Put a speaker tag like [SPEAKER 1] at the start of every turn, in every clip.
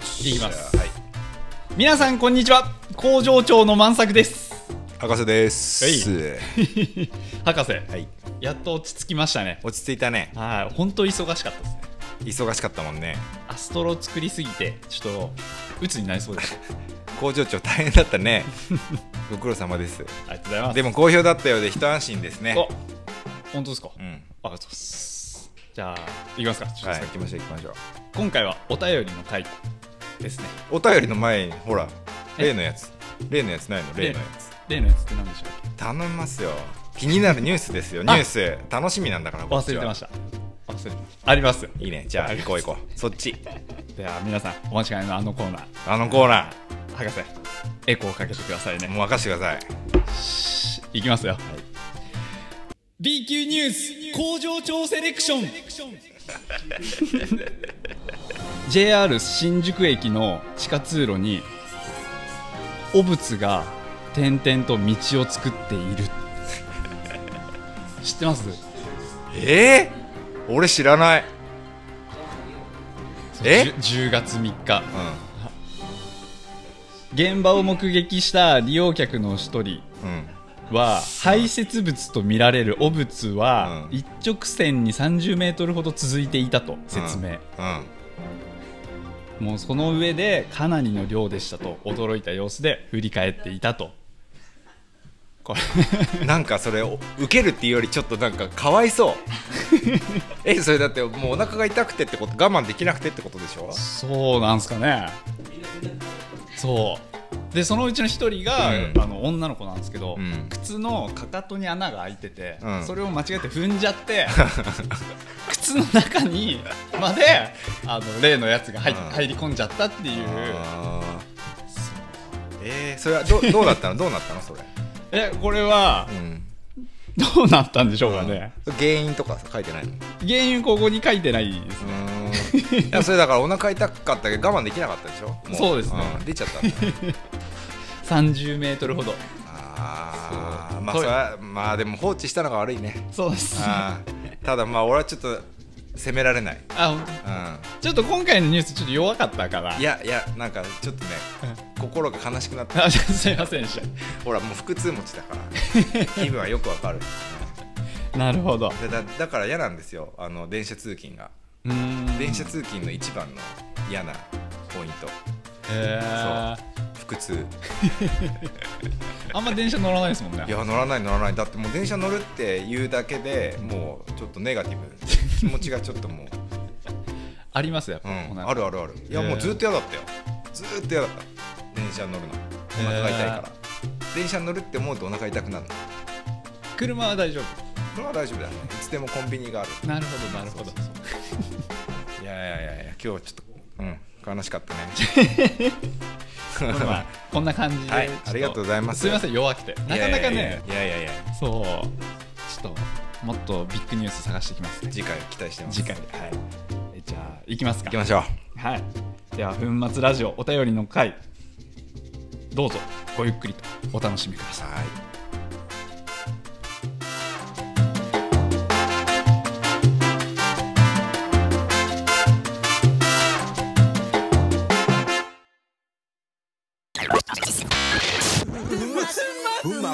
[SPEAKER 1] きます
[SPEAKER 2] はい、
[SPEAKER 1] 皆さんこんにちは工場長の万作です
[SPEAKER 2] 博士です。
[SPEAKER 1] は博士
[SPEAKER 2] はい、
[SPEAKER 1] やっと落ち着きましたね
[SPEAKER 2] 落ち着いたね。
[SPEAKER 1] はい本当忙しかったですね
[SPEAKER 2] 忙しかったもんね。
[SPEAKER 1] アストロ作りすぎてちょっと鬱になりそうでし
[SPEAKER 2] 工場長大変だったね。 ご苦労様です。
[SPEAKER 1] たありがとうございます
[SPEAKER 2] でも好評だったようで一安心ですね。
[SPEAKER 1] お本当ですか、
[SPEAKER 2] う
[SPEAKER 1] あ
[SPEAKER 2] ん。
[SPEAKER 1] りがとうございますじゃあ行きますかちょっ
[SPEAKER 2] は
[SPEAKER 1] と
[SPEAKER 2] い、行
[SPEAKER 1] 先
[SPEAKER 2] きましょ
[SPEAKER 1] に、
[SPEAKER 2] う行きましょう。
[SPEAKER 1] 今回はお便りの回ですね
[SPEAKER 2] お便りの前にほら
[SPEAKER 1] え
[SPEAKER 2] 例のやつ、例のやつないの例のやつ。
[SPEAKER 1] 例のやつって何でしょ
[SPEAKER 2] 頼みますよ。気になるニュースですよ。ニ
[SPEAKER 1] あ
[SPEAKER 2] ュース楽しみなんだから。
[SPEAKER 1] う忘れてま
[SPEAKER 2] し
[SPEAKER 1] した忘れてましたありますよ
[SPEAKER 2] た。いいね。じゃあ行こう行こう。 そっち。
[SPEAKER 1] では皆さんお待ちかねのあのコーナー
[SPEAKER 2] あのコーナ
[SPEAKER 1] 博士エコーかけてください
[SPEAKER 2] ー
[SPEAKER 1] ね
[SPEAKER 2] もう任せてください。
[SPEAKER 1] いきますよ、B 級ニュース工場長セレクション JR 新宿駅の地下通路に汚物が点々と道を作っている知ってます
[SPEAKER 2] えー、俺知らない。え
[SPEAKER 1] じゅ ?10 月3日
[SPEAKER 2] う
[SPEAKER 1] 現場を目撃した利用客の一人
[SPEAKER 2] んうん。
[SPEAKER 1] は排泄物とみられる汚物は
[SPEAKER 2] うん
[SPEAKER 1] 一直線に3 0メートルほど続いていたと説明、
[SPEAKER 2] うん。
[SPEAKER 1] もうその上でかなりの量でしたと驚いた様子で振り返っていたとこれ
[SPEAKER 2] なんかそれを受けるっていうよりちょっとなんかかわい そうえそれだってもうお腹が痛くてってこと我慢できなくてってことでしょ
[SPEAKER 1] そうなんすかねそうでそのうちの一人が、
[SPEAKER 2] うん
[SPEAKER 1] あの女の子なんですけど、
[SPEAKER 2] うん
[SPEAKER 1] 靴のかかとに穴が開いてて、
[SPEAKER 2] うん
[SPEAKER 1] それを間違えて踏んじゃって 靴の中にまであの例のやつが入,、
[SPEAKER 2] うん
[SPEAKER 1] 入り込んじゃったっていう
[SPEAKER 2] あーえー、それはどどうだったのどうなったのそれ、
[SPEAKER 1] えこれは
[SPEAKER 2] うん、
[SPEAKER 1] どうなったんでしょうかね、
[SPEAKER 2] 原因とかさ書いてないのう
[SPEAKER 1] 原因ここに書いてないです
[SPEAKER 2] ーん いやそれだからお腹痛かったけど我慢できなかったでしょも
[SPEAKER 1] そうですね
[SPEAKER 2] ん出ちゃったんだ
[SPEAKER 1] 30メートルほど
[SPEAKER 2] あ
[SPEAKER 1] そ
[SPEAKER 2] ー
[SPEAKER 1] う
[SPEAKER 2] まあそれはまあでも放置したのが悪いね
[SPEAKER 1] そうですあ
[SPEAKER 2] あーただまあ俺はちょっと責められない、
[SPEAKER 1] 本当
[SPEAKER 2] うん、
[SPEAKER 1] ちょっと今回のニュースちょっと弱かったから
[SPEAKER 2] いやいやなんかちょっとね心が悲しくなった
[SPEAKER 1] あすいませんでし
[SPEAKER 2] ほらもう腹痛持ちだから 気分はよくわかる
[SPEAKER 1] たなるほど
[SPEAKER 2] でだだから嫌なんですよあの電車通勤が
[SPEAKER 1] うーん
[SPEAKER 2] 電車通勤の一番の嫌なポイント
[SPEAKER 1] えー、
[SPEAKER 2] 腹痛
[SPEAKER 1] あんま電車乗らないですもんね
[SPEAKER 2] いや乗らない乗らないだってもう電車乗るっていうだけでもうちょっとネガティブ気持ちがちょっともう、
[SPEAKER 1] ありますよ、
[SPEAKER 2] う
[SPEAKER 1] こ
[SPEAKER 2] ん、
[SPEAKER 1] な
[SPEAKER 2] あるあるあるいや
[SPEAKER 1] へー
[SPEAKER 2] もうずっと嫌だったよずーっと嫌だった電車乗るのお腹が痛いから電車乗るって思うとお腹痛くなるの
[SPEAKER 1] 車は大丈
[SPEAKER 2] これは大丈夫だねいつでもコンビニがある
[SPEAKER 1] 夫なるほどなるほど
[SPEAKER 2] そうそうそういやいやいやいや今日はちょっとうん悲しかったね
[SPEAKER 1] これはこんな感じで、
[SPEAKER 2] はい
[SPEAKER 1] ちょっ
[SPEAKER 2] ありがとうございます
[SPEAKER 1] すいません弱くてなかなかね
[SPEAKER 2] いやいやいやいやいやいや
[SPEAKER 1] そうちょっともっとビッグニュース探してきますね
[SPEAKER 2] 次回期待してます
[SPEAKER 1] 次回
[SPEAKER 2] はい
[SPEAKER 1] えじゃあ行きます
[SPEAKER 2] 行
[SPEAKER 1] か
[SPEAKER 2] きましょう
[SPEAKER 1] はいでは粉末ラジオお便りの回どうぞごゆっくりとお楽しみください
[SPEAKER 2] はい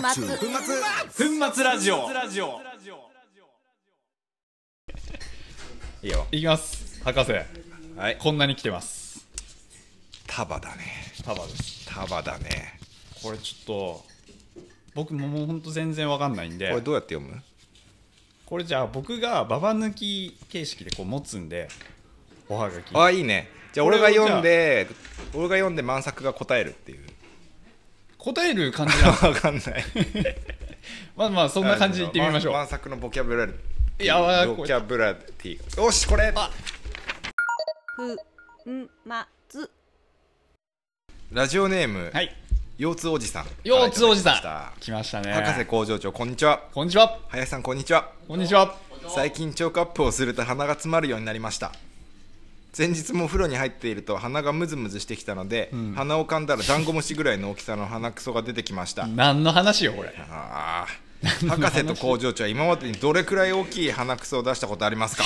[SPEAKER 1] 粉末ラジオ
[SPEAKER 2] いいよ
[SPEAKER 1] いきます博士
[SPEAKER 2] はい
[SPEAKER 1] こんなに来てます
[SPEAKER 2] 束だね
[SPEAKER 1] 束です
[SPEAKER 2] 束だね
[SPEAKER 1] これちょっと僕ももうほんと全然わかんないんで
[SPEAKER 2] こ
[SPEAKER 1] こ
[SPEAKER 2] れ
[SPEAKER 1] れ
[SPEAKER 2] どうやって読む
[SPEAKER 1] じゃあ僕がババ抜き形式でこう持つんでおはがき
[SPEAKER 2] あいいねじゃあ
[SPEAKER 1] これ
[SPEAKER 2] 俺
[SPEAKER 1] を
[SPEAKER 2] が読んで俺が読んで満作が答えるっていう
[SPEAKER 1] 答える感じ なの
[SPEAKER 2] わかんない
[SPEAKER 1] まあまあそんな感じでいってみましょう
[SPEAKER 2] 満作のボキャブラリ
[SPEAKER 1] いやわー
[SPEAKER 2] ボ
[SPEAKER 1] こ
[SPEAKER 2] キャブラティーよしこれ
[SPEAKER 1] あ
[SPEAKER 3] ふんまつ
[SPEAKER 2] ラジオネーム
[SPEAKER 1] はい
[SPEAKER 2] 腰痛おじさん
[SPEAKER 1] 腰痛おじ
[SPEAKER 2] いただ
[SPEAKER 1] さ
[SPEAKER 2] き
[SPEAKER 1] ん来ましたね
[SPEAKER 2] ました博士工場長こんにちは
[SPEAKER 1] こんにちは
[SPEAKER 2] 林さんこんにちは
[SPEAKER 1] こんにちは
[SPEAKER 2] 最近チョークアップをすると鼻が詰まるようになりました前日もお風呂に入っていると鼻がムズムズしてきたので、鼻を噛んだらダンゴムシぐらいの大きさの鼻くそが出てきました、
[SPEAKER 1] 何の話よこれ
[SPEAKER 2] あー博士と工場長は今までにどれくらい大きい鼻くそを出したことあります か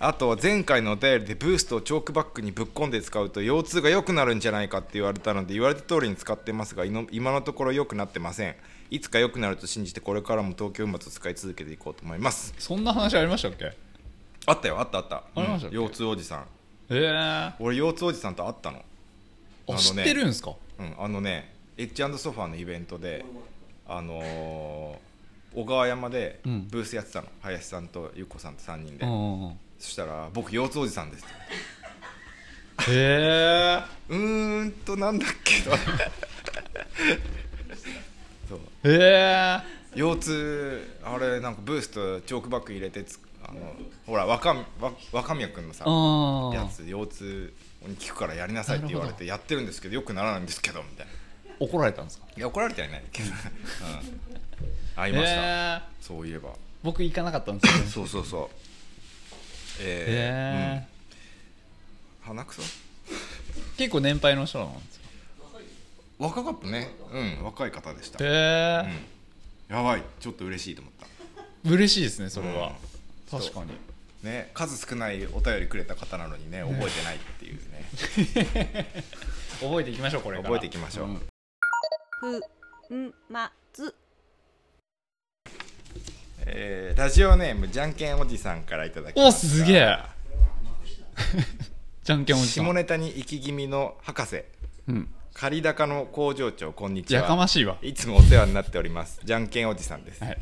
[SPEAKER 2] あと前回のお便りでブーストをチョークバッグにぶっ込んで使うと腰痛が良くなるんじゃないかって言われたので言われた通りに使ってますがいの今のところ良くなってませんいつか良くなると信じてこれからも東京うまと使い続けていこうと思います
[SPEAKER 1] そんな話ありましたっけ
[SPEAKER 2] あったよあったあった
[SPEAKER 1] ありましたっけ
[SPEAKER 2] 腰痛おじさん
[SPEAKER 1] えー、
[SPEAKER 2] 俺腰痛おじさんと会ったの
[SPEAKER 1] あ
[SPEAKER 2] のね
[SPEAKER 1] 知ってるんですか
[SPEAKER 2] うん、あのねエッジソファーのイベントで、あのー小川山で
[SPEAKER 1] うん
[SPEAKER 2] ブースやってたの、林さんとゆっこさんと3人で、
[SPEAKER 1] うんうんうん
[SPEAKER 2] そしたら「僕腰痛おじさんです」って
[SPEAKER 1] へ
[SPEAKER 2] うーんと なんだっけどそう
[SPEAKER 1] えへえ
[SPEAKER 2] 腰痛あれなんかブースとチョークバッグ入れてつあのほら若みわ若宮君のさ
[SPEAKER 1] あ
[SPEAKER 2] や
[SPEAKER 1] あ
[SPEAKER 2] つ腰痛に効くからやりなさいって言われ
[SPEAKER 1] なるほ
[SPEAKER 2] てやってるんですけどよくならないんですけどみたいな
[SPEAKER 1] 怒られたんですか
[SPEAKER 2] いや怒られてはいない けど、うん、会いました、
[SPEAKER 1] えー、
[SPEAKER 2] そういえば
[SPEAKER 1] 僕行かなかったんですよね
[SPEAKER 2] そうそうそう えー
[SPEAKER 1] へえ
[SPEAKER 2] うん、鼻くそ
[SPEAKER 1] 結構年配の人なんですよ
[SPEAKER 2] 若かったねうん若い方でした、
[SPEAKER 1] へ
[SPEAKER 2] うん、やばいちょっと嬉しいと思っ
[SPEAKER 1] え嬉しいですねそれは、確かに
[SPEAKER 2] たね数少ないお便りくれた方なのにね覚えてないっていうね
[SPEAKER 1] 覚えていきましょうこれから
[SPEAKER 2] 覚えていきましょう、
[SPEAKER 1] ん
[SPEAKER 3] ふんまつ
[SPEAKER 2] えーラジオネームじゃんけんおじさんからいただき
[SPEAKER 1] お
[SPEAKER 2] ました
[SPEAKER 1] すげえ じゃんけんおじさん
[SPEAKER 2] 下ネタに行き気味の博士
[SPEAKER 1] うん、
[SPEAKER 2] 仮高の工場長こんにちは
[SPEAKER 1] やかましいわ
[SPEAKER 2] いつもお世話になっておりますじゃんけんおじさんです、
[SPEAKER 1] はい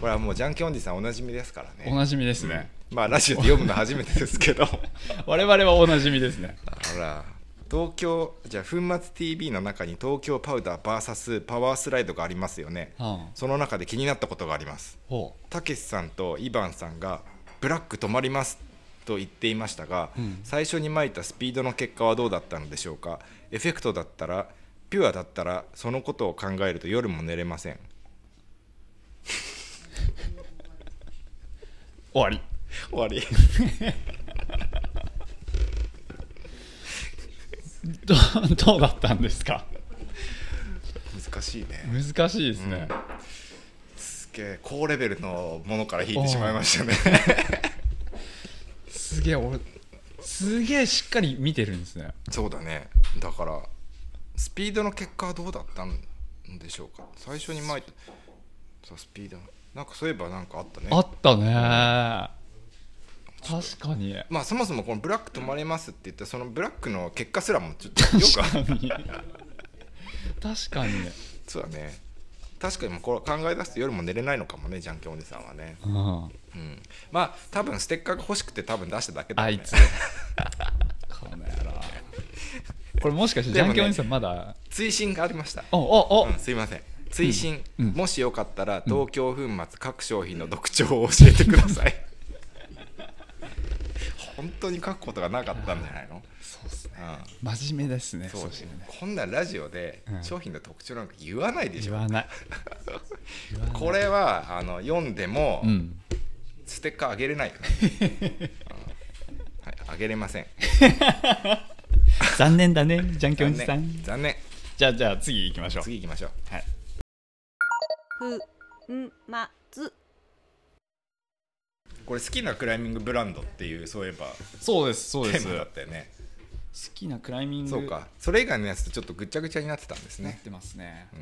[SPEAKER 2] これはもうじゃんけんおじさんおなじみですからね
[SPEAKER 1] おなじみですね、
[SPEAKER 2] まあラジオで読むの初めてですけどほ
[SPEAKER 1] 我々はおなじみですね
[SPEAKER 2] ら東京じゃあ粉末 TV の中に東京パウダー VS パワースライドがありますよね
[SPEAKER 1] はあ
[SPEAKER 2] その中で気になったことがあります
[SPEAKER 1] ほ
[SPEAKER 2] たけしさんとイバンさんが「ブラック止まります」と言っていましたが、最初にまいたスピードの結果はどうだったのでしょうかエフェクトだったらピュアだったらそのことを考えると夜も寝れません
[SPEAKER 1] う終わり
[SPEAKER 2] 終わり
[SPEAKER 1] ど どうだったんですか
[SPEAKER 2] 難しいね
[SPEAKER 1] 難しいですね、
[SPEAKER 2] すげえ高レベルのものから引いてしまいましたね
[SPEAKER 1] すげえ俺すげえしっかり見てるんですね
[SPEAKER 2] そうだねだからスピードの結果はどうだったんでしょうか最初に前さスピードのなんかそういえばなんかあったね
[SPEAKER 1] あったね確かに
[SPEAKER 2] まあそもそもこの「ブラック止まれます」って言ったそのブラックの結果すらもちょっとよ く
[SPEAKER 1] 確かに確かにね、
[SPEAKER 2] そうだね確かにもうこれ考え出すと夜も寝れないのかもねじゃんけんおじさんはね、
[SPEAKER 1] うん、
[SPEAKER 2] うん、まあ多分ステッカーが欲しくて多分出しただけだ
[SPEAKER 1] あ
[SPEAKER 2] よ
[SPEAKER 1] い
[SPEAKER 2] ね
[SPEAKER 1] つこの野郎これもしかしてじ
[SPEAKER 2] で
[SPEAKER 1] ゃ
[SPEAKER 2] も
[SPEAKER 1] ん
[SPEAKER 2] ね
[SPEAKER 1] けんおじさんまだ
[SPEAKER 2] 追伸がありました
[SPEAKER 1] おおお、
[SPEAKER 2] うんすいません追伸、
[SPEAKER 1] うん
[SPEAKER 2] もしよかったら東京粉末各商品の特徴を教えてください 本当に書くことがなかったんじゃないの、
[SPEAKER 1] そうですね
[SPEAKER 2] う
[SPEAKER 1] 真面目ですね
[SPEAKER 2] ん、そう
[SPEAKER 1] そしてね
[SPEAKER 2] こんなラジオで
[SPEAKER 1] うん
[SPEAKER 2] 商品の特徴なんか言わないでし
[SPEAKER 1] 言
[SPEAKER 2] ょ、
[SPEAKER 1] わ ない言わない
[SPEAKER 2] これはあの読んでも
[SPEAKER 1] うん
[SPEAKER 2] ステッカーあげれないよね、うんはい、あげれません
[SPEAKER 1] 残念だね じゃんけんお
[SPEAKER 2] 残
[SPEAKER 1] じさん
[SPEAKER 2] 念残念
[SPEAKER 1] じゃあじゃあ次行きましょう
[SPEAKER 2] 次行きましょう
[SPEAKER 1] はい、
[SPEAKER 3] ふんまつ
[SPEAKER 2] これ好きなクライミングブランドっていうそういえば
[SPEAKER 1] そうですそうで
[SPEAKER 2] テ
[SPEAKER 1] す
[SPEAKER 2] ーマだっ
[SPEAKER 1] 好
[SPEAKER 2] たよね
[SPEAKER 1] きなクライミング
[SPEAKER 2] そうかそれ以外のやつとちょっとぐっちゃぐちゃになってたんです
[SPEAKER 1] なっ
[SPEAKER 2] ね
[SPEAKER 1] てますね
[SPEAKER 2] う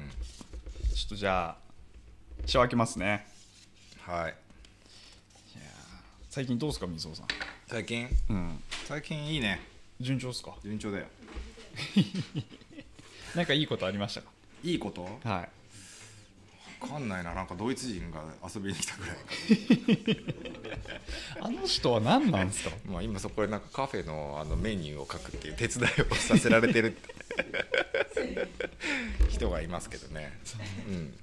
[SPEAKER 2] ん
[SPEAKER 1] ちょっとじゃあ仕分けますね
[SPEAKER 2] はい
[SPEAKER 1] 最近どうですか水尾さん
[SPEAKER 2] 最近
[SPEAKER 1] うん
[SPEAKER 2] 最近いいね
[SPEAKER 1] 順調ですか
[SPEAKER 2] 順調だよ
[SPEAKER 1] なんかいいことありましたか
[SPEAKER 2] いいこと
[SPEAKER 1] はい
[SPEAKER 2] わかんないななんかドイツ人が遊びに来たぐらい
[SPEAKER 1] あの人は何なんですか
[SPEAKER 2] まあ今そこでなんかカフェのあのメニューを書くっていう手伝いをさせられてるって 人がいますけどねうん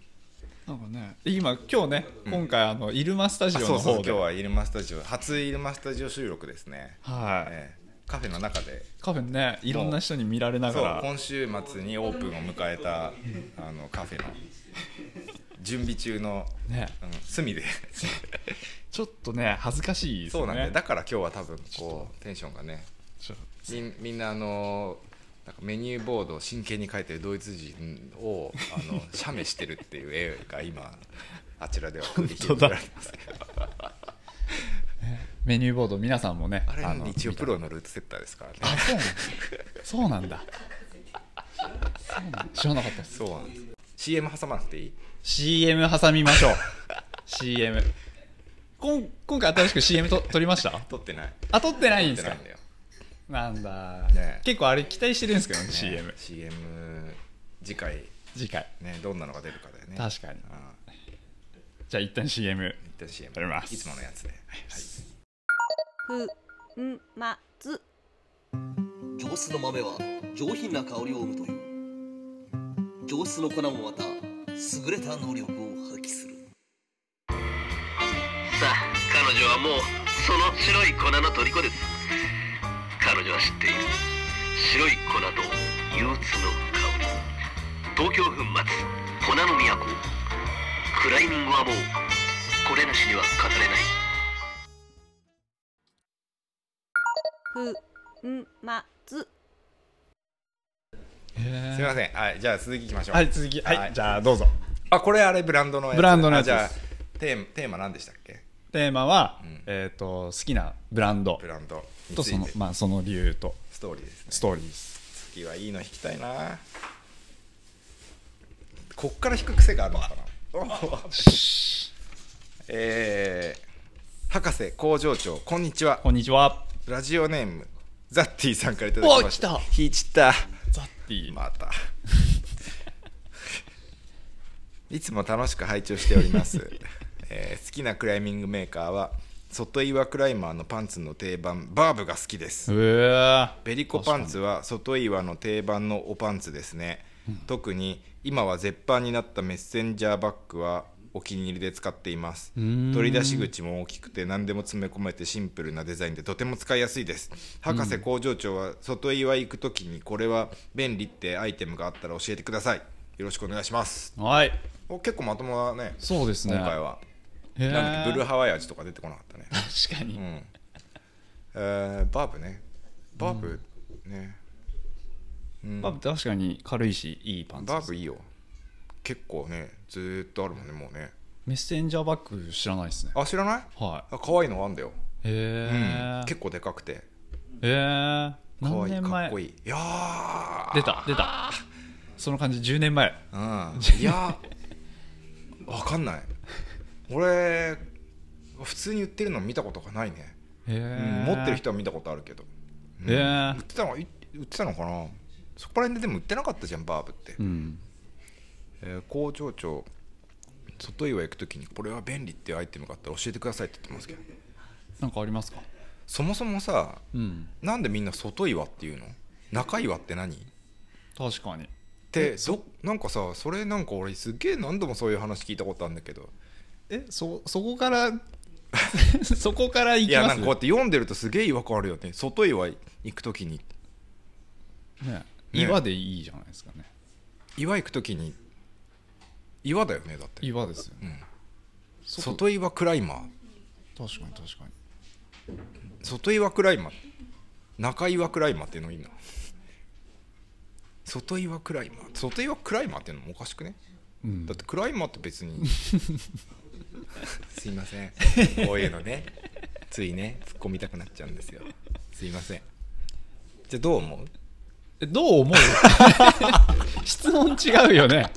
[SPEAKER 1] なんかね今今日ね、今回あのイルマスタジ
[SPEAKER 2] あ
[SPEAKER 1] オ
[SPEAKER 2] そう
[SPEAKER 1] の
[SPEAKER 2] そう
[SPEAKER 1] 方
[SPEAKER 2] 今
[SPEAKER 1] で
[SPEAKER 2] 日はイルマスタジオ初イルマスタジオ収録ですね、
[SPEAKER 1] はい、
[SPEAKER 2] ええカフェの中で
[SPEAKER 1] カフェねいろんな人に見られな
[SPEAKER 2] そ
[SPEAKER 1] が
[SPEAKER 2] う
[SPEAKER 1] ら
[SPEAKER 2] 今週末にオープンを迎えたあのカフ ェの準備中の、
[SPEAKER 1] ね
[SPEAKER 2] うん、隅で
[SPEAKER 1] ちょっとね恥ずかしいです
[SPEAKER 2] そう
[SPEAKER 1] よ
[SPEAKER 2] なん
[SPEAKER 1] ね
[SPEAKER 2] だよだから今日は多分
[SPEAKER 1] ょっ
[SPEAKER 2] こうテンションがね
[SPEAKER 1] ちょ
[SPEAKER 2] みんみんなあのなんかメニューボードを真剣に書いてるドイツ人をあ の写メしてるっていう絵が今あちらでは繰り広げられてます
[SPEAKER 1] メニューボード皆さんもね
[SPEAKER 2] あれなんで一応
[SPEAKER 1] 見
[SPEAKER 2] プ
[SPEAKER 1] た
[SPEAKER 2] ロのルーツセッターですからね
[SPEAKER 1] あそうなんだそうなんだそうなん知らなかったです
[SPEAKER 2] そうなんです CM 挟まなくていい
[SPEAKER 1] CM 挟みましょう CM こん今回新しく CM と撮りました
[SPEAKER 2] 撮ってない
[SPEAKER 1] あ撮ってないん
[SPEAKER 2] 撮っ
[SPEAKER 1] で
[SPEAKER 2] てな
[SPEAKER 1] すか
[SPEAKER 2] いんだよ
[SPEAKER 1] なんだ、
[SPEAKER 2] ね
[SPEAKER 1] 結構あれ期待してるんですけどね CM
[SPEAKER 2] CM 次回
[SPEAKER 1] 次回
[SPEAKER 2] ねどんなのが出るかだよね
[SPEAKER 1] 確か
[SPEAKER 2] う
[SPEAKER 1] に
[SPEAKER 2] ん
[SPEAKER 1] じゃあ一旦 CM
[SPEAKER 2] 一旦 CM
[SPEAKER 1] 撮ります
[SPEAKER 2] いつものやつで、はい
[SPEAKER 3] ふんまつ
[SPEAKER 4] 上質の豆は上品な香りを生むという上質の粉もまた優れた能力を発揮するさあ彼女はもうその白い粉の虜です彼女は知っている白い粉と憂鬱の香り東京粉末粉の都クライミングはもうこれなしには語れない
[SPEAKER 3] ふんまつ
[SPEAKER 2] すみません、はい、じゃあ続きいきましょう、
[SPEAKER 1] はい続きはい、
[SPEAKER 2] はい
[SPEAKER 1] じゃあどうぞ
[SPEAKER 2] あこれあれブランドのやつ
[SPEAKER 1] ブランドのやつです
[SPEAKER 2] あじゃあテーマテーマ何でしたっけ
[SPEAKER 1] テーマは、
[SPEAKER 2] ん
[SPEAKER 1] えっ、と好きなブランド
[SPEAKER 2] ブランドに
[SPEAKER 1] と
[SPEAKER 2] つい
[SPEAKER 1] その
[SPEAKER 2] て
[SPEAKER 1] まあその理由と
[SPEAKER 2] ストーリーですね
[SPEAKER 1] ストーリーです
[SPEAKER 2] 次はいいの引きたいなこっから引く癖があるのかなえー、博士工場長こんにちは
[SPEAKER 1] こんにちは
[SPEAKER 2] ラジオネームザッティさんからいただきました
[SPEAKER 1] お来
[SPEAKER 2] 引いちった
[SPEAKER 1] ザッティ、
[SPEAKER 2] またいつも楽しく拝聴しており ます、えー好きなクライミングメーカーは外岩クライマーのパンツの定番バーブが好きです
[SPEAKER 1] うわー
[SPEAKER 2] ベリコパンツは外岩の定番のおパンツですね、特に今は絶版になったメッセンジャーバッグはお気に入りで使っています
[SPEAKER 1] ん
[SPEAKER 2] 取り出し口も大きくて何でも詰め込めてシンプルなデザインでとても使いやすいです博士工場長は外岩行く時にこれは便利ってアイテムがあったら教えてくださいよろしくお願いします
[SPEAKER 1] はい
[SPEAKER 2] お結構まともだね
[SPEAKER 1] そうですね
[SPEAKER 2] 今回は、
[SPEAKER 1] へー
[SPEAKER 2] なんだっけブルーハワイ味とか出てこなかったね
[SPEAKER 1] 確かに、
[SPEAKER 2] うんえーバーブねバーブね、うん
[SPEAKER 1] まあ確かに軽いしいいパンツで
[SPEAKER 2] バ
[SPEAKER 1] す
[SPEAKER 2] ーブいいよ結構ねずーっとあるもんねもうね
[SPEAKER 1] メッセンジャーバッグ知らないですね
[SPEAKER 2] あ知らない
[SPEAKER 1] は
[SPEAKER 2] あ可愛いのあんだよ、
[SPEAKER 1] いへ
[SPEAKER 2] うん
[SPEAKER 1] え、
[SPEAKER 2] 結構でかくて
[SPEAKER 1] えー、
[SPEAKER 2] 可
[SPEAKER 1] 何
[SPEAKER 2] 愛い
[SPEAKER 1] 年
[SPEAKER 2] かっ
[SPEAKER 1] 前
[SPEAKER 2] こいいいやー
[SPEAKER 1] 出た出たその感じ10年前
[SPEAKER 2] うんいやーわかんない俺普通に売ってるの見たことがないね、
[SPEAKER 1] へ
[SPEAKER 2] うん
[SPEAKER 1] え、
[SPEAKER 2] 持ってる人は見たことあるけど、うん
[SPEAKER 1] へー
[SPEAKER 2] 売ってたの売ってたのかなそこら辺ででも売ってなかったじゃんバーブって
[SPEAKER 1] うん
[SPEAKER 2] えー工場長外岩行く時にこれは便利っていうアイテムがあったら教えてくださいって言ってますけど
[SPEAKER 1] なんかありますか
[SPEAKER 2] そもそもさ
[SPEAKER 1] うん
[SPEAKER 2] なんでみんな外岩っていうの中岩って何っ
[SPEAKER 1] 確かに
[SPEAKER 2] てどなんかさそれなんか俺すげえ何度もそういう話聞いたことあるんだけど
[SPEAKER 1] えそそこから そこから行
[SPEAKER 2] い
[SPEAKER 1] き
[SPEAKER 2] や
[SPEAKER 1] ま
[SPEAKER 2] なん
[SPEAKER 1] す
[SPEAKER 2] かこうやって読んでるとすげえ違和感あるよね外岩行く時に
[SPEAKER 1] ね
[SPEAKER 2] ね
[SPEAKER 1] 岩でいいじゃないですかね
[SPEAKER 2] 岩行く時に岩だよねだって
[SPEAKER 1] 岩ですよね、外
[SPEAKER 2] 外岩クライマー
[SPEAKER 1] 確かに確かに
[SPEAKER 2] 外岩クライマー中岩クライマーっていうのいいな外岩クライマー外岩クライマーっていうのもおかしくね、
[SPEAKER 1] ん
[SPEAKER 2] だってクライマーって別にすいませんこういうのねついね突っ込みたくなっちゃうんですよすいませんじゃあどう思う
[SPEAKER 1] えど う思う質問違うよね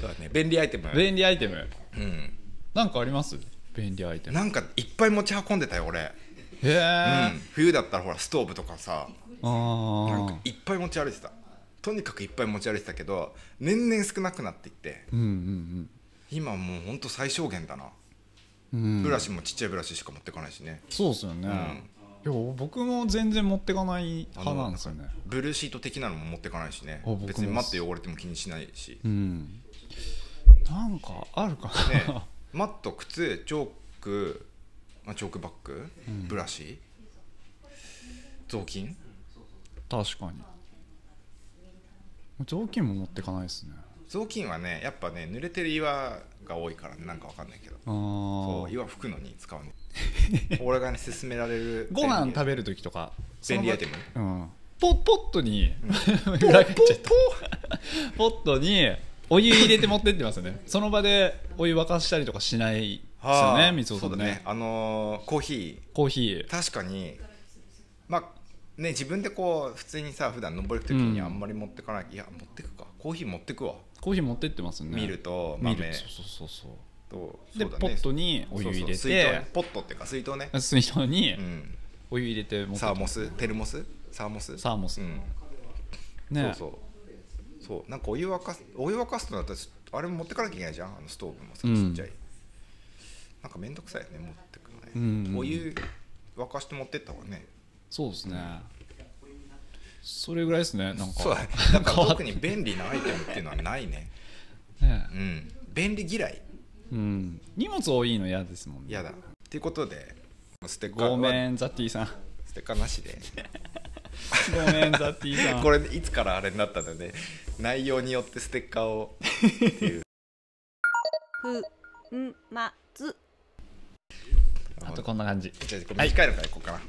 [SPEAKER 2] そうだね便利アイテム、
[SPEAKER 1] 便利アイテム
[SPEAKER 2] うん、
[SPEAKER 1] なんかあります便利アイテム
[SPEAKER 2] なんかいっぱい持ち運んでたよ俺、
[SPEAKER 1] へ
[SPEAKER 2] う
[SPEAKER 1] え、
[SPEAKER 2] ん、冬だったらほらストーブとかさなん
[SPEAKER 1] あ
[SPEAKER 2] かいっぱい持ち歩いてたとにかくいっぱい持ち歩いてたけど年々少なくなっていって
[SPEAKER 1] あうんうん
[SPEAKER 2] 今もうほんと最小限だな、
[SPEAKER 1] うんうん
[SPEAKER 2] ブラシもちっちゃいブラシしか持ってかないしね
[SPEAKER 1] そうですよね、いや僕も全然持ってかない派なんですよね
[SPEAKER 2] ブルーシート的なのも持ってかないしね
[SPEAKER 1] あ僕も
[SPEAKER 2] 別にマット汚れても気にしないし、
[SPEAKER 1] うんなんかあるかな、
[SPEAKER 2] ね マット靴チョーク、まあ、チョークバッグ、ブラシ雑巾
[SPEAKER 1] 確かに雑巾も持ってかないですね
[SPEAKER 2] 雑巾はねやっぱね濡れてる岩が多いからねなんかわかんないけど
[SPEAKER 1] あー
[SPEAKER 2] そう岩拭くのに使うね俺がね 勧められる
[SPEAKER 1] ご飯食
[SPEAKER 2] べ
[SPEAKER 1] べる時とか
[SPEAKER 2] 便利アイテム
[SPEAKER 1] その場うんポポットに
[SPEAKER 2] ポ
[SPEAKER 1] 裏
[SPEAKER 2] ッ
[SPEAKER 1] 返っ
[SPEAKER 2] ポ
[SPEAKER 1] ちゃっ
[SPEAKER 2] ッ
[SPEAKER 1] た
[SPEAKER 2] ポ
[SPEAKER 1] ポットにお湯入れて持ってってますよねその場でお湯沸かしたりとかしないですよ
[SPEAKER 2] は
[SPEAKER 1] ね
[SPEAKER 2] あ
[SPEAKER 1] 三尾さ
[SPEAKER 2] そうんだ
[SPEAKER 1] ね
[SPEAKER 2] ねあのーコーヒ
[SPEAKER 1] コーヒ
[SPEAKER 2] ー確かにまあね自分でこう普通にさ普段登る時に
[SPEAKER 1] うん
[SPEAKER 2] あんまり持ってかない、いや持ってくかコーヒー持ってくわ、
[SPEAKER 1] ーコーヒー持ってってますね
[SPEAKER 2] ミルと
[SPEAKER 1] 見
[SPEAKER 2] 豆
[SPEAKER 1] るそうそうそうそう
[SPEAKER 2] と
[SPEAKER 1] で
[SPEAKER 2] そうだね
[SPEAKER 1] ポットにお湯入れて
[SPEAKER 2] そうそう水筒ねポットっていうか水筒ね、
[SPEAKER 1] 水筒に
[SPEAKER 2] うん、
[SPEAKER 1] お湯入れて持って
[SPEAKER 2] サーモステルモスサーモス
[SPEAKER 1] サーモス
[SPEAKER 2] うん
[SPEAKER 1] ね
[SPEAKER 2] そうそうそうなんかお湯沸かすお湯沸かすとなったらあれも持ってかなきゃいけないじゃんあのストーブもさ
[SPEAKER 1] うん
[SPEAKER 2] ちっちゃい、なんかめんどくさいよね持ってくのね、
[SPEAKER 1] うん
[SPEAKER 2] お湯沸かして持ってった方がね
[SPEAKER 1] そうですねそれぐらいですねなんか
[SPEAKER 2] そう だねなんか
[SPEAKER 1] 変わっ
[SPEAKER 2] 特に便利なアイテムっていうのはないね
[SPEAKER 1] ね
[SPEAKER 2] うん便利嫌い
[SPEAKER 1] うん荷物多いの嫌ですもんね
[SPEAKER 2] 嫌だっていうことでステッカー
[SPEAKER 1] ご
[SPEAKER 2] は
[SPEAKER 1] めんザッティさん
[SPEAKER 2] ステッカーなしで
[SPEAKER 1] ごめんザッティさ ん
[SPEAKER 2] これいつからあれになったんだよね内容によってステッカーを
[SPEAKER 3] ふんまつ
[SPEAKER 1] あとこんな感じ
[SPEAKER 2] じゃあこれ短いのからいこうかな、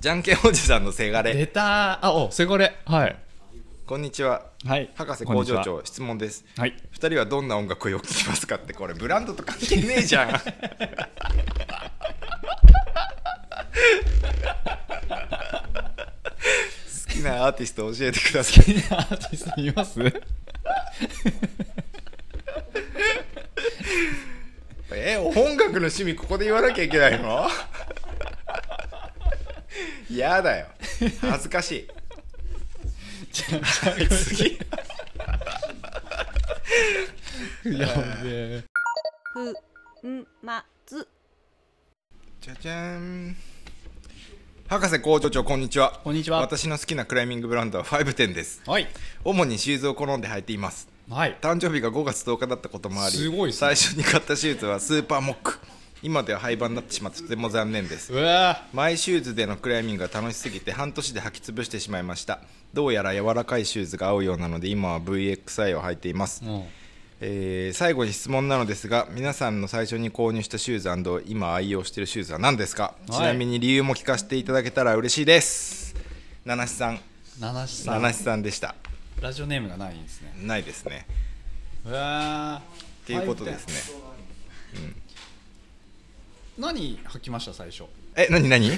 [SPEAKER 2] じゃんけんおじさんのせがれ
[SPEAKER 1] 出たーあおせこれはい
[SPEAKER 2] こんにちは
[SPEAKER 1] はい
[SPEAKER 2] 博士
[SPEAKER 1] こん
[SPEAKER 2] 工
[SPEAKER 1] にち
[SPEAKER 2] 場
[SPEAKER 1] は
[SPEAKER 2] 長質問です
[SPEAKER 1] はい
[SPEAKER 2] 2人はどんな音楽をよく聴きますかってこれブランドと関係ねえじゃん好きなアーティスト教えてください
[SPEAKER 1] いやアーティストいます
[SPEAKER 2] え音楽の趣味ここで言わなきゃいけないのやだよ恥ずかしい
[SPEAKER 1] じゃあ
[SPEAKER 2] はい次
[SPEAKER 1] やべえ
[SPEAKER 3] ふんまつ
[SPEAKER 2] じゃじゃーん博士工場長こんにちは
[SPEAKER 1] こんにちは
[SPEAKER 2] 私の好きなクライミングブランドは510です
[SPEAKER 1] はい
[SPEAKER 2] 主にシューズを好んで履いています
[SPEAKER 1] はい
[SPEAKER 2] 誕生日が5月10日だったこともあり
[SPEAKER 1] すごいっす
[SPEAKER 2] 最
[SPEAKER 1] ね
[SPEAKER 2] 初に買ったシューズはスーパーモック今では廃盤になってしまってとても残念です
[SPEAKER 1] うわ
[SPEAKER 2] マイシューズでのクライミングが楽しすぎて半年で履き潰してしまいましたどうやら柔らかいシューズが合うようなので今は VXI を履いています
[SPEAKER 1] ー、も
[SPEAKER 2] えー最後に質問なのですが皆さんの最初に購入したシューズ今愛用しているシューズは何ですか、
[SPEAKER 1] はい
[SPEAKER 2] ちなみに理由も聞かせていただけたら嬉しいです七七さん
[SPEAKER 1] う七七さ
[SPEAKER 2] 七
[SPEAKER 1] ん
[SPEAKER 2] 七さんでした
[SPEAKER 1] ラジオネームがないんですね
[SPEAKER 2] ないですね
[SPEAKER 1] うわっ
[SPEAKER 2] っていうことですね
[SPEAKER 1] 何履きました最初
[SPEAKER 2] え何何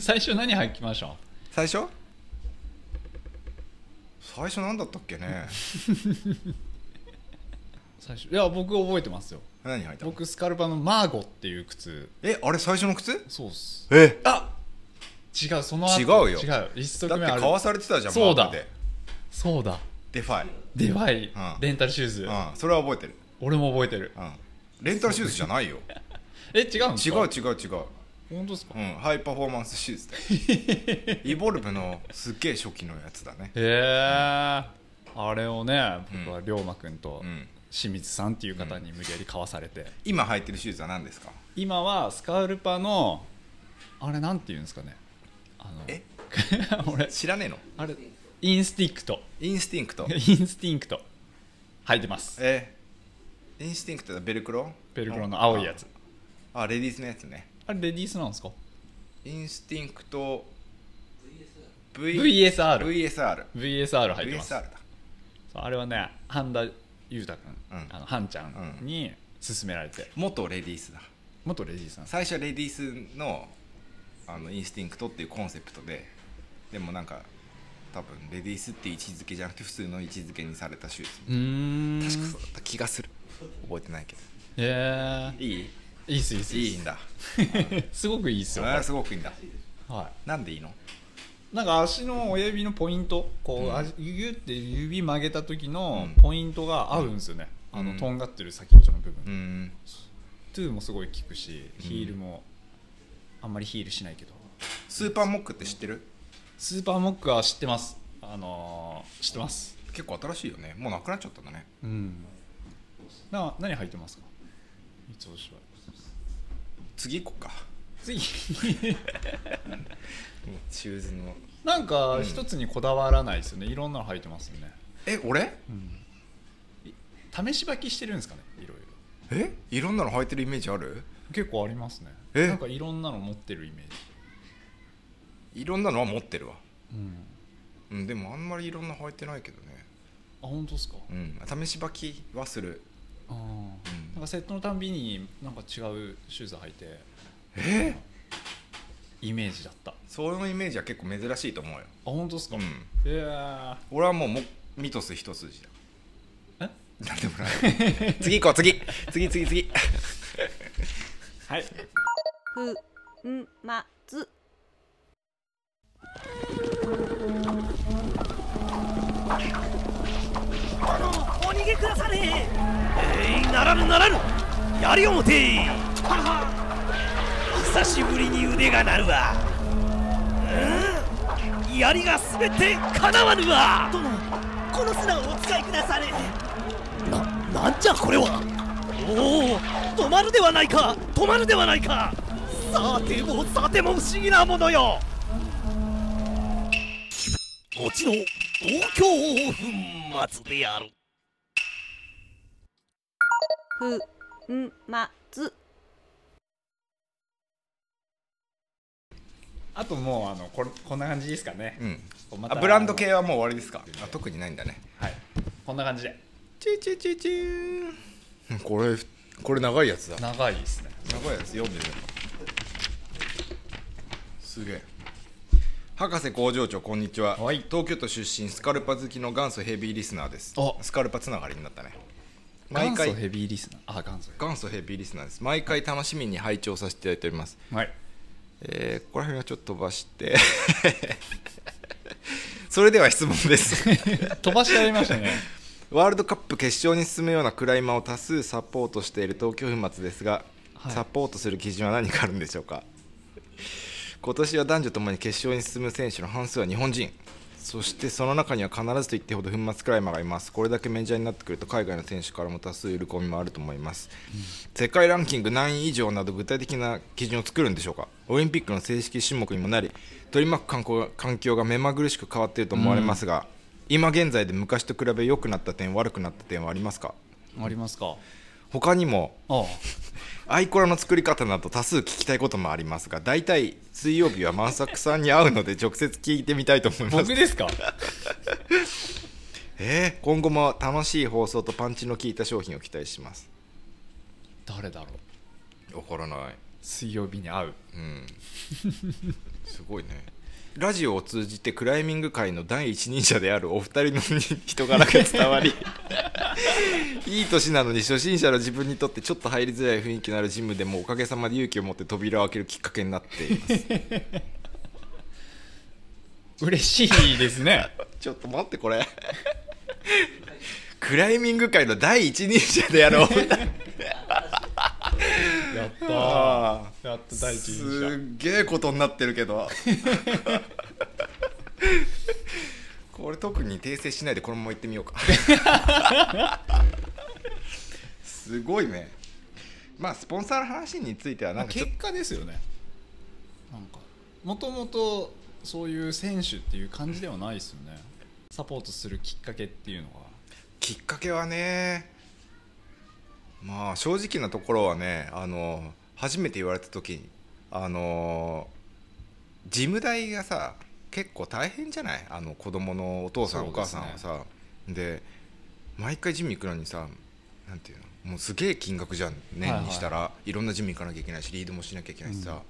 [SPEAKER 1] 最初何履きました
[SPEAKER 2] 最初最初何だったっけね
[SPEAKER 1] 最初いや僕覚えてますよ
[SPEAKER 2] 何履いたの
[SPEAKER 1] 僕スカルパのマーゴっていう靴
[SPEAKER 2] えあれ最初の靴
[SPEAKER 1] そうっす
[SPEAKER 2] え
[SPEAKER 1] あ違うその後
[SPEAKER 2] 違うよ
[SPEAKER 1] 違う一足
[SPEAKER 2] だって
[SPEAKER 1] 目ある
[SPEAKER 2] 買わされてたじゃん
[SPEAKER 1] そうだ
[SPEAKER 2] マークで
[SPEAKER 1] そうだ
[SPEAKER 2] デファイ、
[SPEAKER 1] デバイ、
[SPEAKER 2] うん
[SPEAKER 1] レンタルシューズ、
[SPEAKER 2] うん、それは覚えてる、
[SPEAKER 1] 俺も覚えてる
[SPEAKER 2] うん、レンタルシューズじゃ ないよ
[SPEAKER 1] え違うんです
[SPEAKER 2] 違
[SPEAKER 1] か
[SPEAKER 2] う違う違う
[SPEAKER 1] 本当ですか、
[SPEAKER 2] う
[SPEAKER 1] へ
[SPEAKER 2] ん、ハイパフォーマンスシューズ だよイボルブのすっげえ初期のやつだね
[SPEAKER 1] えあれをね僕は龍馬君と
[SPEAKER 2] うん
[SPEAKER 1] 清水さんっていう方に無理やり買わされて、
[SPEAKER 2] 今履いてるシューズは何ですか
[SPEAKER 1] 今はスカルパのあれなんていうんですかねあの
[SPEAKER 2] え
[SPEAKER 1] 俺
[SPEAKER 2] 知らねえの
[SPEAKER 1] あれインスティクト
[SPEAKER 2] インスティンクト
[SPEAKER 1] インスティンクト履いてます
[SPEAKER 2] えインスティンクトだベルクロ
[SPEAKER 1] ベルクロの青いやつ
[SPEAKER 2] あレディースのやつね
[SPEAKER 1] あれレディースなんですか
[SPEAKER 2] インスティンクト V-
[SPEAKER 1] VSRVSR
[SPEAKER 2] VSR
[SPEAKER 1] 履い
[SPEAKER 2] VSR
[SPEAKER 1] てます
[SPEAKER 2] だ
[SPEAKER 1] そうあれはね半田裕太君、
[SPEAKER 2] うん
[SPEAKER 1] あのハンちゃんに勧められて、
[SPEAKER 2] 元レディースだ
[SPEAKER 1] 元レディースなんです
[SPEAKER 2] 最初はレディースのあのインスティンクトっていうコンセプトででもなんか多分レディースっていう位置づけじゃなくて普通の位置づけにされたシューズ
[SPEAKER 1] うーん
[SPEAKER 2] 確かそうだった気がする覚えてないけど
[SPEAKER 1] え
[SPEAKER 2] いい
[SPEAKER 1] ー、いいっすいいっす
[SPEAKER 2] いい
[SPEAKER 1] っ
[SPEAKER 2] んだ
[SPEAKER 1] すすごくいいっすよ、
[SPEAKER 2] あれすごくいいんだ
[SPEAKER 1] は
[SPEAKER 2] なんでいいの
[SPEAKER 1] い、なんか足の親指のポイントこう、あギュって指曲げた時の
[SPEAKER 2] うん
[SPEAKER 1] ポイントが合うんですよね、あ
[SPEAKER 2] う
[SPEAKER 1] の
[SPEAKER 2] ん
[SPEAKER 1] とんがってる先っちょの部分、
[SPEAKER 2] うーん
[SPEAKER 1] トゥーもすごい効くしヒールもあんまりヒールしないけど
[SPEAKER 2] スーパーモックって知ってる
[SPEAKER 1] スーパーモックは知ってますあのー、知ってます
[SPEAKER 2] 結構新しいよねもうなくなっちゃったんだね
[SPEAKER 1] うんな何履いてますか三つ星は
[SPEAKER 2] 次行こうか
[SPEAKER 1] 次
[SPEAKER 2] もうシューズの
[SPEAKER 1] なんか一つにこだわらないですよねいろんなの履いてますよね
[SPEAKER 2] え俺、
[SPEAKER 1] 試し履きしてるんですかねいろいろ
[SPEAKER 2] えいろんなの履いてるイメージある
[SPEAKER 1] 結構ありますね
[SPEAKER 2] え
[SPEAKER 1] なんかいろんなの持ってるイメージ、
[SPEAKER 2] いろんなのは持ってるわ、
[SPEAKER 1] うん、
[SPEAKER 2] うん、でもあんまりいろんなの履いてないけどね、
[SPEAKER 1] あ本当ですか、
[SPEAKER 2] うん、試し履きはする
[SPEAKER 1] あーなんかセットのたんびになんか違うシューズ履いて
[SPEAKER 2] え
[SPEAKER 1] イメージだったあ
[SPEAKER 2] そのイメージは結構珍しいと思うよ、
[SPEAKER 1] 本当ですか、
[SPEAKER 2] うん
[SPEAKER 1] い、や
[SPEAKER 2] 俺はもうもミトス一筋だ
[SPEAKER 1] え
[SPEAKER 2] なんでもない 次行こう次次次次
[SPEAKER 1] ーはい
[SPEAKER 3] ふんまつ
[SPEAKER 5] お逃げくだされえいならぬならぬ槍を持てはは久しぶりに腕が鳴るわうん槍がすべてかなわぬわ殿この砂をお使いくだされな、なんじゃこれはおお止まるではないか止まるではないかさてもさても不思議なものよ後の東京粉末である
[SPEAKER 3] ふんまつ
[SPEAKER 1] あともうあのこれこんな感じですかね、
[SPEAKER 2] うん
[SPEAKER 1] こうま
[SPEAKER 2] あ
[SPEAKER 1] た
[SPEAKER 2] ブランド系はもう終わりですかあ特にないんだね
[SPEAKER 1] はいこんな感じで
[SPEAKER 2] チューチューチューチューこれこれ長いやつだ
[SPEAKER 1] 長いですね
[SPEAKER 2] 長いやつ読んでるすげえ博士工場長こんにちは、
[SPEAKER 1] はい
[SPEAKER 2] 東京都出身スカルパ好きの元祖ヘビーリスナーです
[SPEAKER 1] あ
[SPEAKER 2] スカルパつながりになったね毎
[SPEAKER 1] 元
[SPEAKER 2] 回
[SPEAKER 1] 祖ヘビーリスナーあ元祖ヘビ
[SPEAKER 2] 元祖ヘビーリスナーです毎回楽しみに拝聴させていただいております
[SPEAKER 1] ーはい
[SPEAKER 2] えーここら辺はちょっと飛ばして それでは質問です
[SPEAKER 1] 飛ばしてやりました ね
[SPEAKER 2] ワールドカップ決勝に進むようなクライマーを多数サポートしている東京粉末ですが、
[SPEAKER 1] はい
[SPEAKER 2] サポートする基準は何かあるんでしょうか今年は男女ともに決勝に進む選手の半数は日本人そしてその中には必ずと言っていいほど粉末クライマーがいますこれだけメジャーになってくると海外の選手からも多数喜びもあると思います、世界ランキング何位以上など具体的な基準を作るんでしょうかオリンピックの正式種目にもなり取り巻く環境が環境が目まぐるしく変わっていると思われますが、今現在で昔と比べ良くなった点悪くなった点はありますか
[SPEAKER 1] ありますか
[SPEAKER 2] 他にも
[SPEAKER 1] あ
[SPEAKER 2] アイコラの作り方など多数聞きたいこともありますが大体水曜日は万作さんに会うので直接聞いてみたいと思います
[SPEAKER 1] 僕ですか
[SPEAKER 2] えー今後も楽しい放送とパンチの効いた商品を期待します
[SPEAKER 1] 誰だろう
[SPEAKER 2] わからない
[SPEAKER 1] 水曜日に会う
[SPEAKER 2] うんすごいねラジオを通じてクライミング界の第一人者であるお二人の人柄が伝わりいい年なのに初心者の自分にとってちょっと入りづらい雰囲気のあるジムでもおかげさまで勇気を持って扉を開けるきっかけになっています
[SPEAKER 1] 嬉しいですね
[SPEAKER 2] ちょっと待ってこれクライミング界の第一人者であるお二人
[SPEAKER 1] やった
[SPEAKER 2] あ
[SPEAKER 1] やっと第一
[SPEAKER 2] す
[SPEAKER 1] 印象
[SPEAKER 2] っげえことになってるけどこれ特に訂正しないでこのまま行ってみようかすごいねまあスポンサーの話についてはなんかちょっ
[SPEAKER 1] 結
[SPEAKER 2] と
[SPEAKER 1] 果ですよねなんかもともとそういう選手っていう感じではないですよねサポートするきっかけっていうの
[SPEAKER 2] きっかけはねまあ正直なところはねあの初めて言われた時にあの事務代がさ結構大変じゃないあの子供のお父さん、
[SPEAKER 1] そ
[SPEAKER 2] お
[SPEAKER 1] うで
[SPEAKER 2] 母
[SPEAKER 1] す
[SPEAKER 2] さ
[SPEAKER 1] ね
[SPEAKER 2] んはさで毎回ジム行くのにさなんていうのもうすげえ金額じゃん
[SPEAKER 1] はいは
[SPEAKER 2] 年
[SPEAKER 1] い
[SPEAKER 2] にしたら、いろんなジム行かなきゃいけないしリードもしなきゃいけないしさ、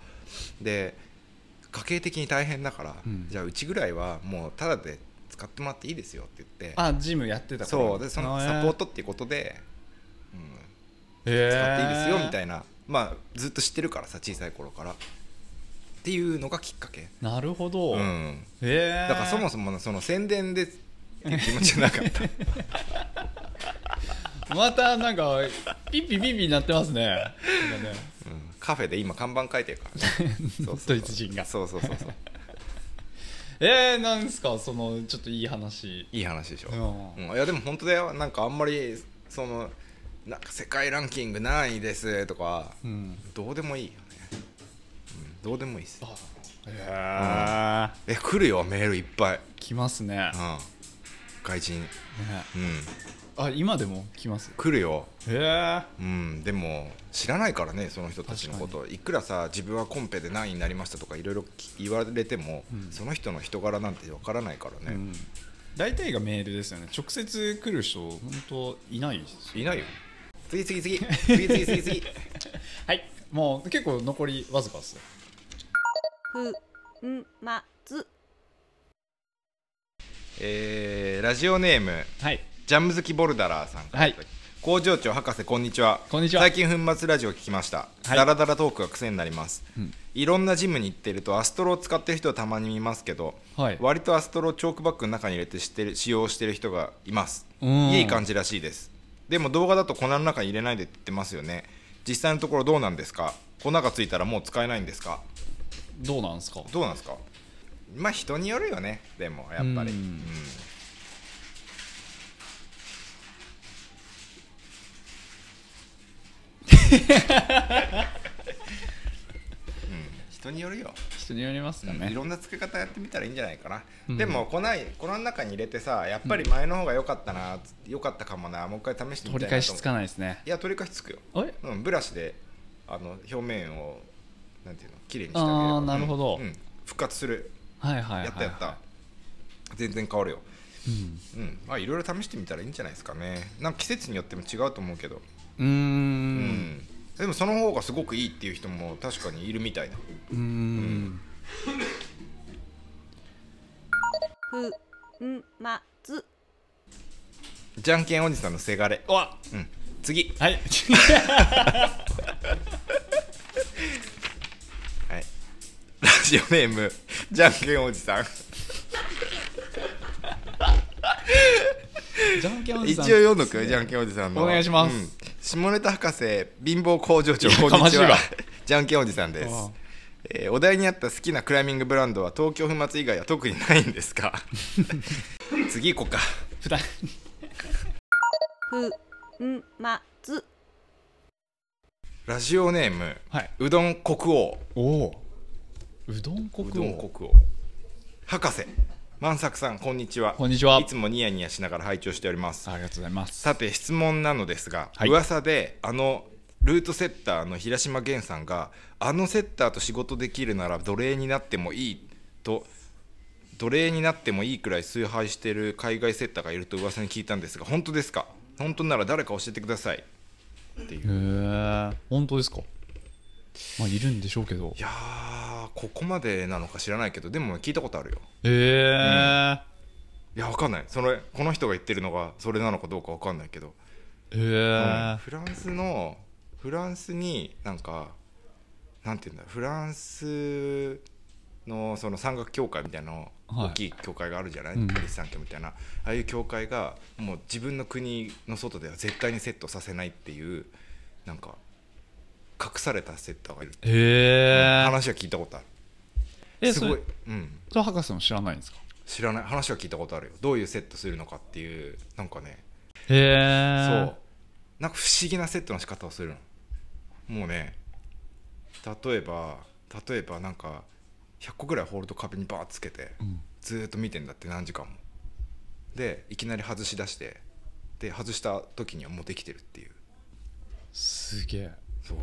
[SPEAKER 2] で家計的に大変だから、
[SPEAKER 1] うん
[SPEAKER 2] じゃあうちぐらいはもうタダで使ってもらっていいですよって言って
[SPEAKER 1] はあジムやってた
[SPEAKER 2] そうでそのサポート
[SPEAKER 1] ト
[SPEAKER 2] っていうことで、うん、
[SPEAKER 1] 使っ
[SPEAKER 2] 使っていいですよみた
[SPEAKER 1] い
[SPEAKER 2] いな、まあずっと知ってるからさ小さい頃からっていうのがきっかけ、
[SPEAKER 1] ななるほど、
[SPEAKER 2] うん、
[SPEAKER 1] え
[SPEAKER 2] だからそもそもその宣伝でっていう気持ちじゃなか った
[SPEAKER 1] またなんかピッピピッピになってますねなんかね
[SPEAKER 2] カフェで今看板書いてるから、 ね、そうそう
[SPEAKER 1] ドイツ人が
[SPEAKER 2] そうそうそうそう
[SPEAKER 1] えー、なんですかそのちょっといい話
[SPEAKER 2] いい話でしょ、
[SPEAKER 1] う
[SPEAKER 2] うんいやでも本当だよなんかあんまりそのなんか世界ランキング何位ですとか、
[SPEAKER 1] うん
[SPEAKER 2] どうでもいいよね、うん、どうでもいいっす
[SPEAKER 1] あえ
[SPEAKER 2] え来るよメールいっぱい
[SPEAKER 1] ー、来ますね
[SPEAKER 2] うん、外人、
[SPEAKER 1] ね
[SPEAKER 2] うん、
[SPEAKER 1] あ今でも来ます
[SPEAKER 2] 来るよ
[SPEAKER 1] へえ
[SPEAKER 2] うんでも知らないからねその人たちのこといくらさ自分はコンペで何位になりましたとかいろいろ言われても、その人の人柄なんてわからないからね、
[SPEAKER 1] 大体がメールですよね直接来る人本当いないです
[SPEAKER 2] いないよ次次次次次次次
[SPEAKER 1] はいもう結構残りわずかですよ
[SPEAKER 3] ふんまつ
[SPEAKER 2] えー、ラジオネーム
[SPEAKER 1] はい
[SPEAKER 2] ジャム好きボルダラーさんから
[SPEAKER 1] はい
[SPEAKER 2] 工場長博士こんにちは
[SPEAKER 1] こんにちは
[SPEAKER 2] 最近粉末ラジオ聞きました、
[SPEAKER 1] はい
[SPEAKER 2] ダラダラトークが癖になります、
[SPEAKER 1] ん
[SPEAKER 2] いろんなジムに行ってるとアストロを使ってる人はたまに見ますけど、
[SPEAKER 1] はい
[SPEAKER 2] 割とアストロをチョークバッグの中に入れてしてる使用してる人がいます
[SPEAKER 1] うん
[SPEAKER 2] いい感じらしいですでも動画だと粉の中に入れないでって言ってますよね実際のところどうなんですか粉がついたらもう使えないんですか
[SPEAKER 1] どうなんですか
[SPEAKER 2] どうなんですかまあ人によるよねでもやっぱり
[SPEAKER 1] うん
[SPEAKER 2] うん 人によるよ、
[SPEAKER 1] 人によりますか
[SPEAKER 2] い
[SPEAKER 1] ね、
[SPEAKER 2] ろんな作り方やってみたらいいんじゃないかな、
[SPEAKER 1] ん
[SPEAKER 2] でも粉い粉の中に入れてさやっぱり前の方が良かったな、良かったかもなもう一回試してみ
[SPEAKER 1] 取
[SPEAKER 2] た
[SPEAKER 1] り
[SPEAKER 2] いな
[SPEAKER 1] 返
[SPEAKER 2] と
[SPEAKER 1] し
[SPEAKER 2] 思う
[SPEAKER 1] つかないですね
[SPEAKER 2] いや取り返しつくよ、
[SPEAKER 1] あれ
[SPEAKER 2] うん、ブラシであの表面をなんていうの綺麗にしてあげれば
[SPEAKER 1] あーなるほど
[SPEAKER 2] うんうん復活する
[SPEAKER 1] はいはいはい、はい、
[SPEAKER 2] やったやった、全然変わるよ
[SPEAKER 1] うん
[SPEAKER 2] うんまあいろいろ試してみたらいいんじゃないですかねなんか季節によっても違うと思うけど
[SPEAKER 1] うー
[SPEAKER 2] うんでもその方がすごくいいっていう人も確かにいるみたいだ
[SPEAKER 1] うーん
[SPEAKER 3] ふんまつ
[SPEAKER 2] じゃんけんおじさんのせがれ
[SPEAKER 1] わ
[SPEAKER 2] うん次
[SPEAKER 1] はい
[SPEAKER 2] はいラジオネームじゃんけんおじさん
[SPEAKER 1] じゃんけんおじ
[SPEAKER 2] 一
[SPEAKER 1] さ
[SPEAKER 2] 応
[SPEAKER 1] ん
[SPEAKER 2] 読んどくよじゃんけんおじさんの
[SPEAKER 1] お願いします
[SPEAKER 2] うん下ネタ博士貧乏工場長
[SPEAKER 1] いや
[SPEAKER 2] こんにち
[SPEAKER 1] かましい
[SPEAKER 2] は
[SPEAKER 1] わ
[SPEAKER 2] じゃんけんおじさんです
[SPEAKER 1] ああ
[SPEAKER 2] えーお題にあった好きなクライミングブランドは東京粉末以外は特にないんです か次行こうか
[SPEAKER 1] 普段
[SPEAKER 3] ふんまつ
[SPEAKER 2] ラジオネーム
[SPEAKER 1] はいう
[SPEAKER 2] どん国王
[SPEAKER 1] おおうどん国
[SPEAKER 2] う
[SPEAKER 1] 王
[SPEAKER 2] どん国王博士万作さんこんにちは
[SPEAKER 1] こんにちはい
[SPEAKER 2] つもニヤニヤしながら拝聴しております
[SPEAKER 1] ありがとうございます
[SPEAKER 2] さて質問なのですが、
[SPEAKER 1] はい
[SPEAKER 2] 噂であのルートセッターの平島源さんがあのセッターと仕事できるなら奴隷になってもいいと奴隷になってもいいくらい崇拝している海外セッターがいると噂に聞いたんですが本当ですか本当なら誰か教えてくださいっていう
[SPEAKER 1] へえ本当ですかまあいるんでしょうけど
[SPEAKER 2] いやーここまでなのか知らないけどでも聞いたことあるよ
[SPEAKER 1] へ
[SPEAKER 2] いやわかんないそれこの人が言ってるのがそれなのかどうかわかんないけど
[SPEAKER 1] えへ
[SPEAKER 2] うんフランスのフランスになんかなんていうんだフランスのその山岳協会みたいなの
[SPEAKER 1] はい
[SPEAKER 2] 大きい協会があるじゃない、
[SPEAKER 1] うん
[SPEAKER 2] クリスタン教みたいなああいう協会がもう自分の国の外では絶対にセットさせないっていうなんか隠されたセッターがいるって
[SPEAKER 1] えへ
[SPEAKER 2] 話は聞いたことある、
[SPEAKER 1] え
[SPEAKER 2] す
[SPEAKER 1] そ
[SPEAKER 2] ごい
[SPEAKER 1] れ、
[SPEAKER 2] うん、
[SPEAKER 1] それ博士も知らないんですか
[SPEAKER 2] 知らない話は聞いたことあるよどういうセットするのかっていうなんかね
[SPEAKER 1] へ
[SPEAKER 2] そ
[SPEAKER 1] え
[SPEAKER 2] うなんか不思議なセットの仕方をするのもうね例えば例えばなんか100個ぐらいホールド壁にバーッつけて、
[SPEAKER 1] ん
[SPEAKER 2] ずーっと見てんだって何時間もでいきなり外し出してで外した時にはもうできてるっていう
[SPEAKER 1] すげえ
[SPEAKER 2] そう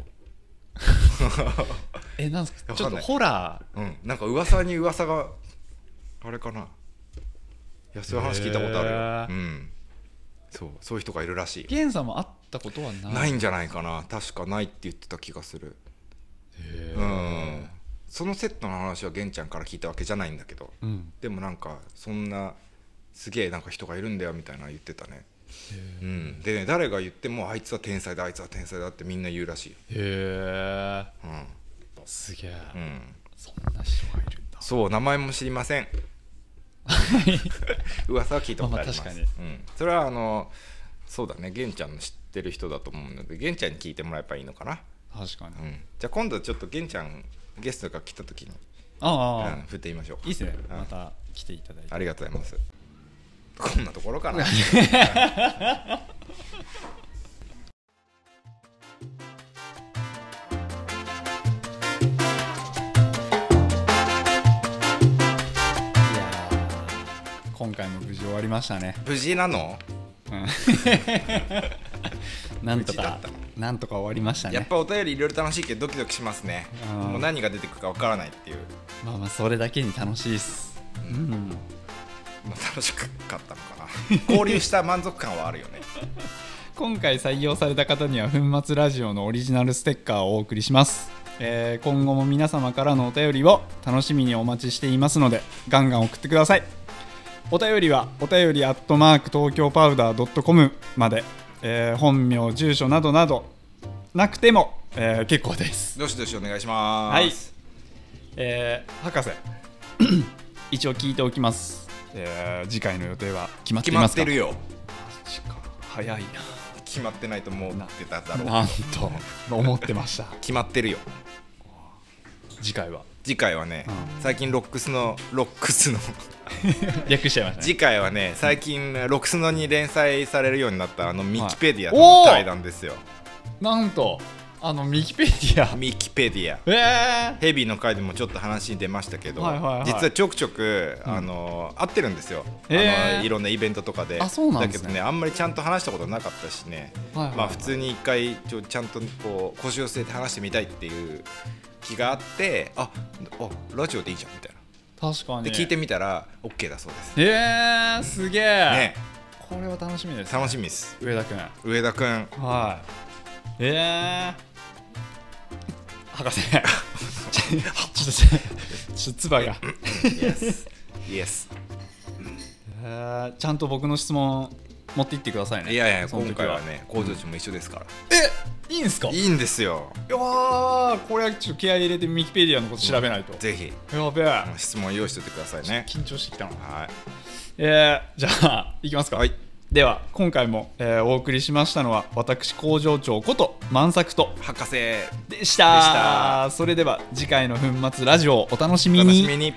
[SPEAKER 1] えなんですか
[SPEAKER 2] わ
[SPEAKER 1] ち
[SPEAKER 2] か
[SPEAKER 1] ょ
[SPEAKER 2] ん
[SPEAKER 1] っ
[SPEAKER 2] な
[SPEAKER 1] と
[SPEAKER 2] い
[SPEAKER 1] ホラ
[SPEAKER 2] うんなんか噂に噂があれかないやそういう話聞いたことあるよ、
[SPEAKER 1] へー
[SPEAKER 2] うんそうそういう人がいるらしい
[SPEAKER 1] ーゲンさんも会ったことはない
[SPEAKER 2] ない
[SPEAKER 1] へ
[SPEAKER 2] んじゃないかな確かないって言ってた気がする
[SPEAKER 1] え
[SPEAKER 2] うんそのセットの話は玄ちゃんから聞いたわけじゃないんだけど
[SPEAKER 1] うん
[SPEAKER 2] でもなんかそんなすげえなんか人がいるんだよみたいなの言ってたね、うん、でね誰が言ってもあいつは天才だあいつは天才だってみんな言うらしいよ
[SPEAKER 1] へえ
[SPEAKER 2] う
[SPEAKER 1] すげえ
[SPEAKER 2] ん、うん、
[SPEAKER 1] そんな人がいるんだ
[SPEAKER 2] そう名前も知りません 噂は聞いたことあります、
[SPEAKER 1] まあまあ確
[SPEAKER 2] うん、それはあのそうだね玄ちゃんの知ってる人だと思うので玄ちゃんに聞いてもらえばいいのかな、
[SPEAKER 1] 確かに
[SPEAKER 2] うん、じゃあ今度ちょっと玄ちゃんゲストが来た時に、う
[SPEAKER 1] あ
[SPEAKER 2] ん
[SPEAKER 1] あ、
[SPEAKER 2] 振ってみましょうか
[SPEAKER 1] いいっすね
[SPEAKER 2] うん
[SPEAKER 1] また来ていただいて
[SPEAKER 2] ありがとうございます。こんなところかな。
[SPEAKER 1] 今回も無事終わりましたね
[SPEAKER 2] 無事なの？
[SPEAKER 1] うんなんと
[SPEAKER 2] 無事だ
[SPEAKER 1] か
[SPEAKER 2] ったの
[SPEAKER 1] なんとか終わりました
[SPEAKER 2] やっ
[SPEAKER 1] ね
[SPEAKER 2] ぱお便りいろいろ楽しいけどドキドキしますね
[SPEAKER 1] うん
[SPEAKER 2] もう何が出てくるかわからないっていう、
[SPEAKER 1] まあまあそれだけに楽しいっすうん
[SPEAKER 2] まあ、楽しかったのかな交流した満足感はあるよ ね
[SPEAKER 1] 今回採用された方には粉末ラジオのオリジナルステッカーをお送りします、えー今後も皆様からのお便りを楽しみにお待ちしていますのでガンガン送ってくださいお便りはお便りアットマーク東京パウダー .com まで、えー本名住所などなどなくても、えー結構です
[SPEAKER 2] どしどしお願いします
[SPEAKER 1] はいえー博 士一応聞いておきます、えー次回の予定は決まってい
[SPEAKER 2] 決ま
[SPEAKER 1] ま
[SPEAKER 2] っ
[SPEAKER 1] すか
[SPEAKER 2] てるよ
[SPEAKER 1] マジか早い
[SPEAKER 2] 決まってないと思ってただ
[SPEAKER 1] な
[SPEAKER 2] ろ
[SPEAKER 1] な
[SPEAKER 2] うん
[SPEAKER 1] と思ってました
[SPEAKER 2] 決まってるよ
[SPEAKER 1] 次回は
[SPEAKER 2] 次回はね、
[SPEAKER 1] う
[SPEAKER 2] 最近ロックスのロックスの
[SPEAKER 1] 略しちゃいましたね
[SPEAKER 2] 次回はね最近ロックスのに連載されるようになったあのミキペディア
[SPEAKER 1] お
[SPEAKER 2] の
[SPEAKER 1] ー
[SPEAKER 2] 対談ですよ、
[SPEAKER 1] なんとあのミキペディア
[SPEAKER 2] ミキペディア
[SPEAKER 1] ええ
[SPEAKER 2] ヘビーの回でもちょっと話に出ましたけど、
[SPEAKER 1] はいはいはい
[SPEAKER 2] 実はちょくちょく、あの会ってるんですよ、
[SPEAKER 1] へ
[SPEAKER 2] あ
[SPEAKER 1] ー
[SPEAKER 2] のいろんなイベントとかで
[SPEAKER 1] あそうなんですね
[SPEAKER 2] だけどねあんまりちゃんと話したことなかったしね、
[SPEAKER 1] はいはいはい
[SPEAKER 2] まあ、普通に一回ちょちゃんとこう腰を据えて話してみたいっていう気があってああラジオでいいじゃんみたいな
[SPEAKER 1] 確かに
[SPEAKER 2] で聞いてみたら OK だそうです、
[SPEAKER 1] ええすげえ、
[SPEAKER 2] ね、
[SPEAKER 1] これは楽しみです
[SPEAKER 2] 楽しみです
[SPEAKER 1] 上田君
[SPEAKER 2] 上田君
[SPEAKER 1] はいええ博士ちょちょっとちょっとつばが、
[SPEAKER 2] イエスイエス
[SPEAKER 1] えーちゃんと僕の質問持っていってくださいね
[SPEAKER 2] いやいや
[SPEAKER 1] その時
[SPEAKER 2] 今回はね工場長も一緒ですから、
[SPEAKER 1] えいいんすかい
[SPEAKER 2] いいんですよ
[SPEAKER 1] やーこれはちょっと気合い入れてミキペディアのこと調べないと、
[SPEAKER 2] ぜひ
[SPEAKER 1] やべえ
[SPEAKER 2] あの質問用意しておいてくださいね
[SPEAKER 1] 緊張してきたな
[SPEAKER 2] は
[SPEAKER 1] えー、じゃあいきます
[SPEAKER 2] い、
[SPEAKER 1] か
[SPEAKER 2] はい
[SPEAKER 1] では今回も、えーお送りしましたのは私工場長こと万作と
[SPEAKER 2] 博士
[SPEAKER 1] でした
[SPEAKER 2] でした
[SPEAKER 1] それでは次回の粉末ラジオをお楽しみ
[SPEAKER 2] 楽
[SPEAKER 1] に
[SPEAKER 2] しみに